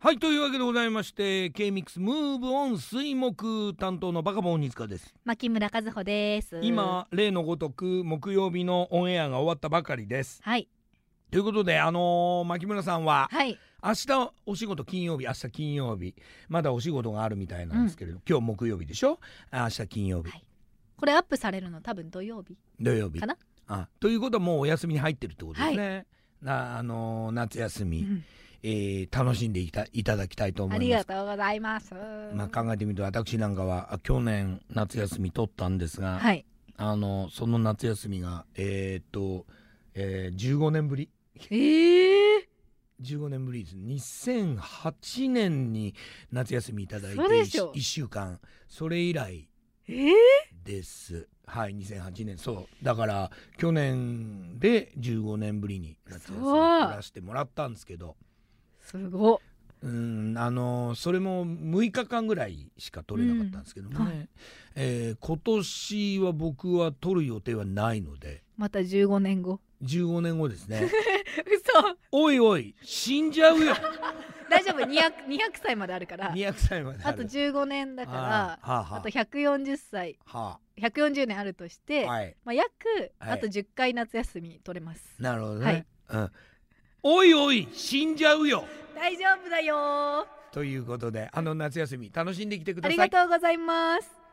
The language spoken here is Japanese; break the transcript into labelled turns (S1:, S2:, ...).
S1: はいというわけでございまして K-MIX ムーブオン水木担当のバカボン鬼塚です
S2: 牧村和穂です。
S1: 今例のごとく木曜日のオンエアが終わったばかりです
S2: はい
S1: ということであのー牧村さんは
S2: はい
S1: 明日お仕事金曜日明日金曜日まだお仕事があるみたいなんですけれど、今日木曜日でしょ明日金曜日、
S2: はいこれアップされるの多分土曜日。
S1: 土曜日
S2: かな
S1: あということはもうお休みに入ってるってことですね、なあのー夏休み、
S2: うん
S1: えー楽しんでいたいただきたいと思
S2: あ
S1: い
S2: り
S1: ま
S2: が
S1: す
S2: とうございます。
S1: まあ考えてみると私なんかはあ去年夏休み取ったんですが、
S2: はい
S1: あのその夏休みがえーっと、えー15年ぶり
S2: ええ
S1: 15年ぶりです2008年に夏休みいただいて
S2: 嘘でしょ
S1: 1週間それ以来
S2: ええ
S1: ですはい2008年そうだから去年で15年ぶりに夏休み
S2: そう
S1: 暮らしてもらったんですけど
S2: すごっ
S1: うんあのそれも6日間ぐらいしか取れなかったんですけどもね、
S2: うんは
S1: えー今年は僕は取る予定はないので
S2: また15年後。
S1: 15年後です ね
S2: 嘘
S1: おいおい死んじゃうよ
S2: 大丈夫200 200歳まであるから。
S1: 200歳まで
S2: あと
S1: る
S2: 15年だから。
S1: あーはあは
S2: あと140歳
S1: あは
S2: 140年あるとし
S1: あ
S2: て、
S1: はい
S2: まあ、約
S1: はい
S2: あと10回夏休み取れます、
S1: なるほどね、うん、おいおい死んじゃうよ
S2: 大丈夫だよー
S1: ということであの夏休み楽しんできてくだ
S2: あ
S1: さい
S2: りがとうございます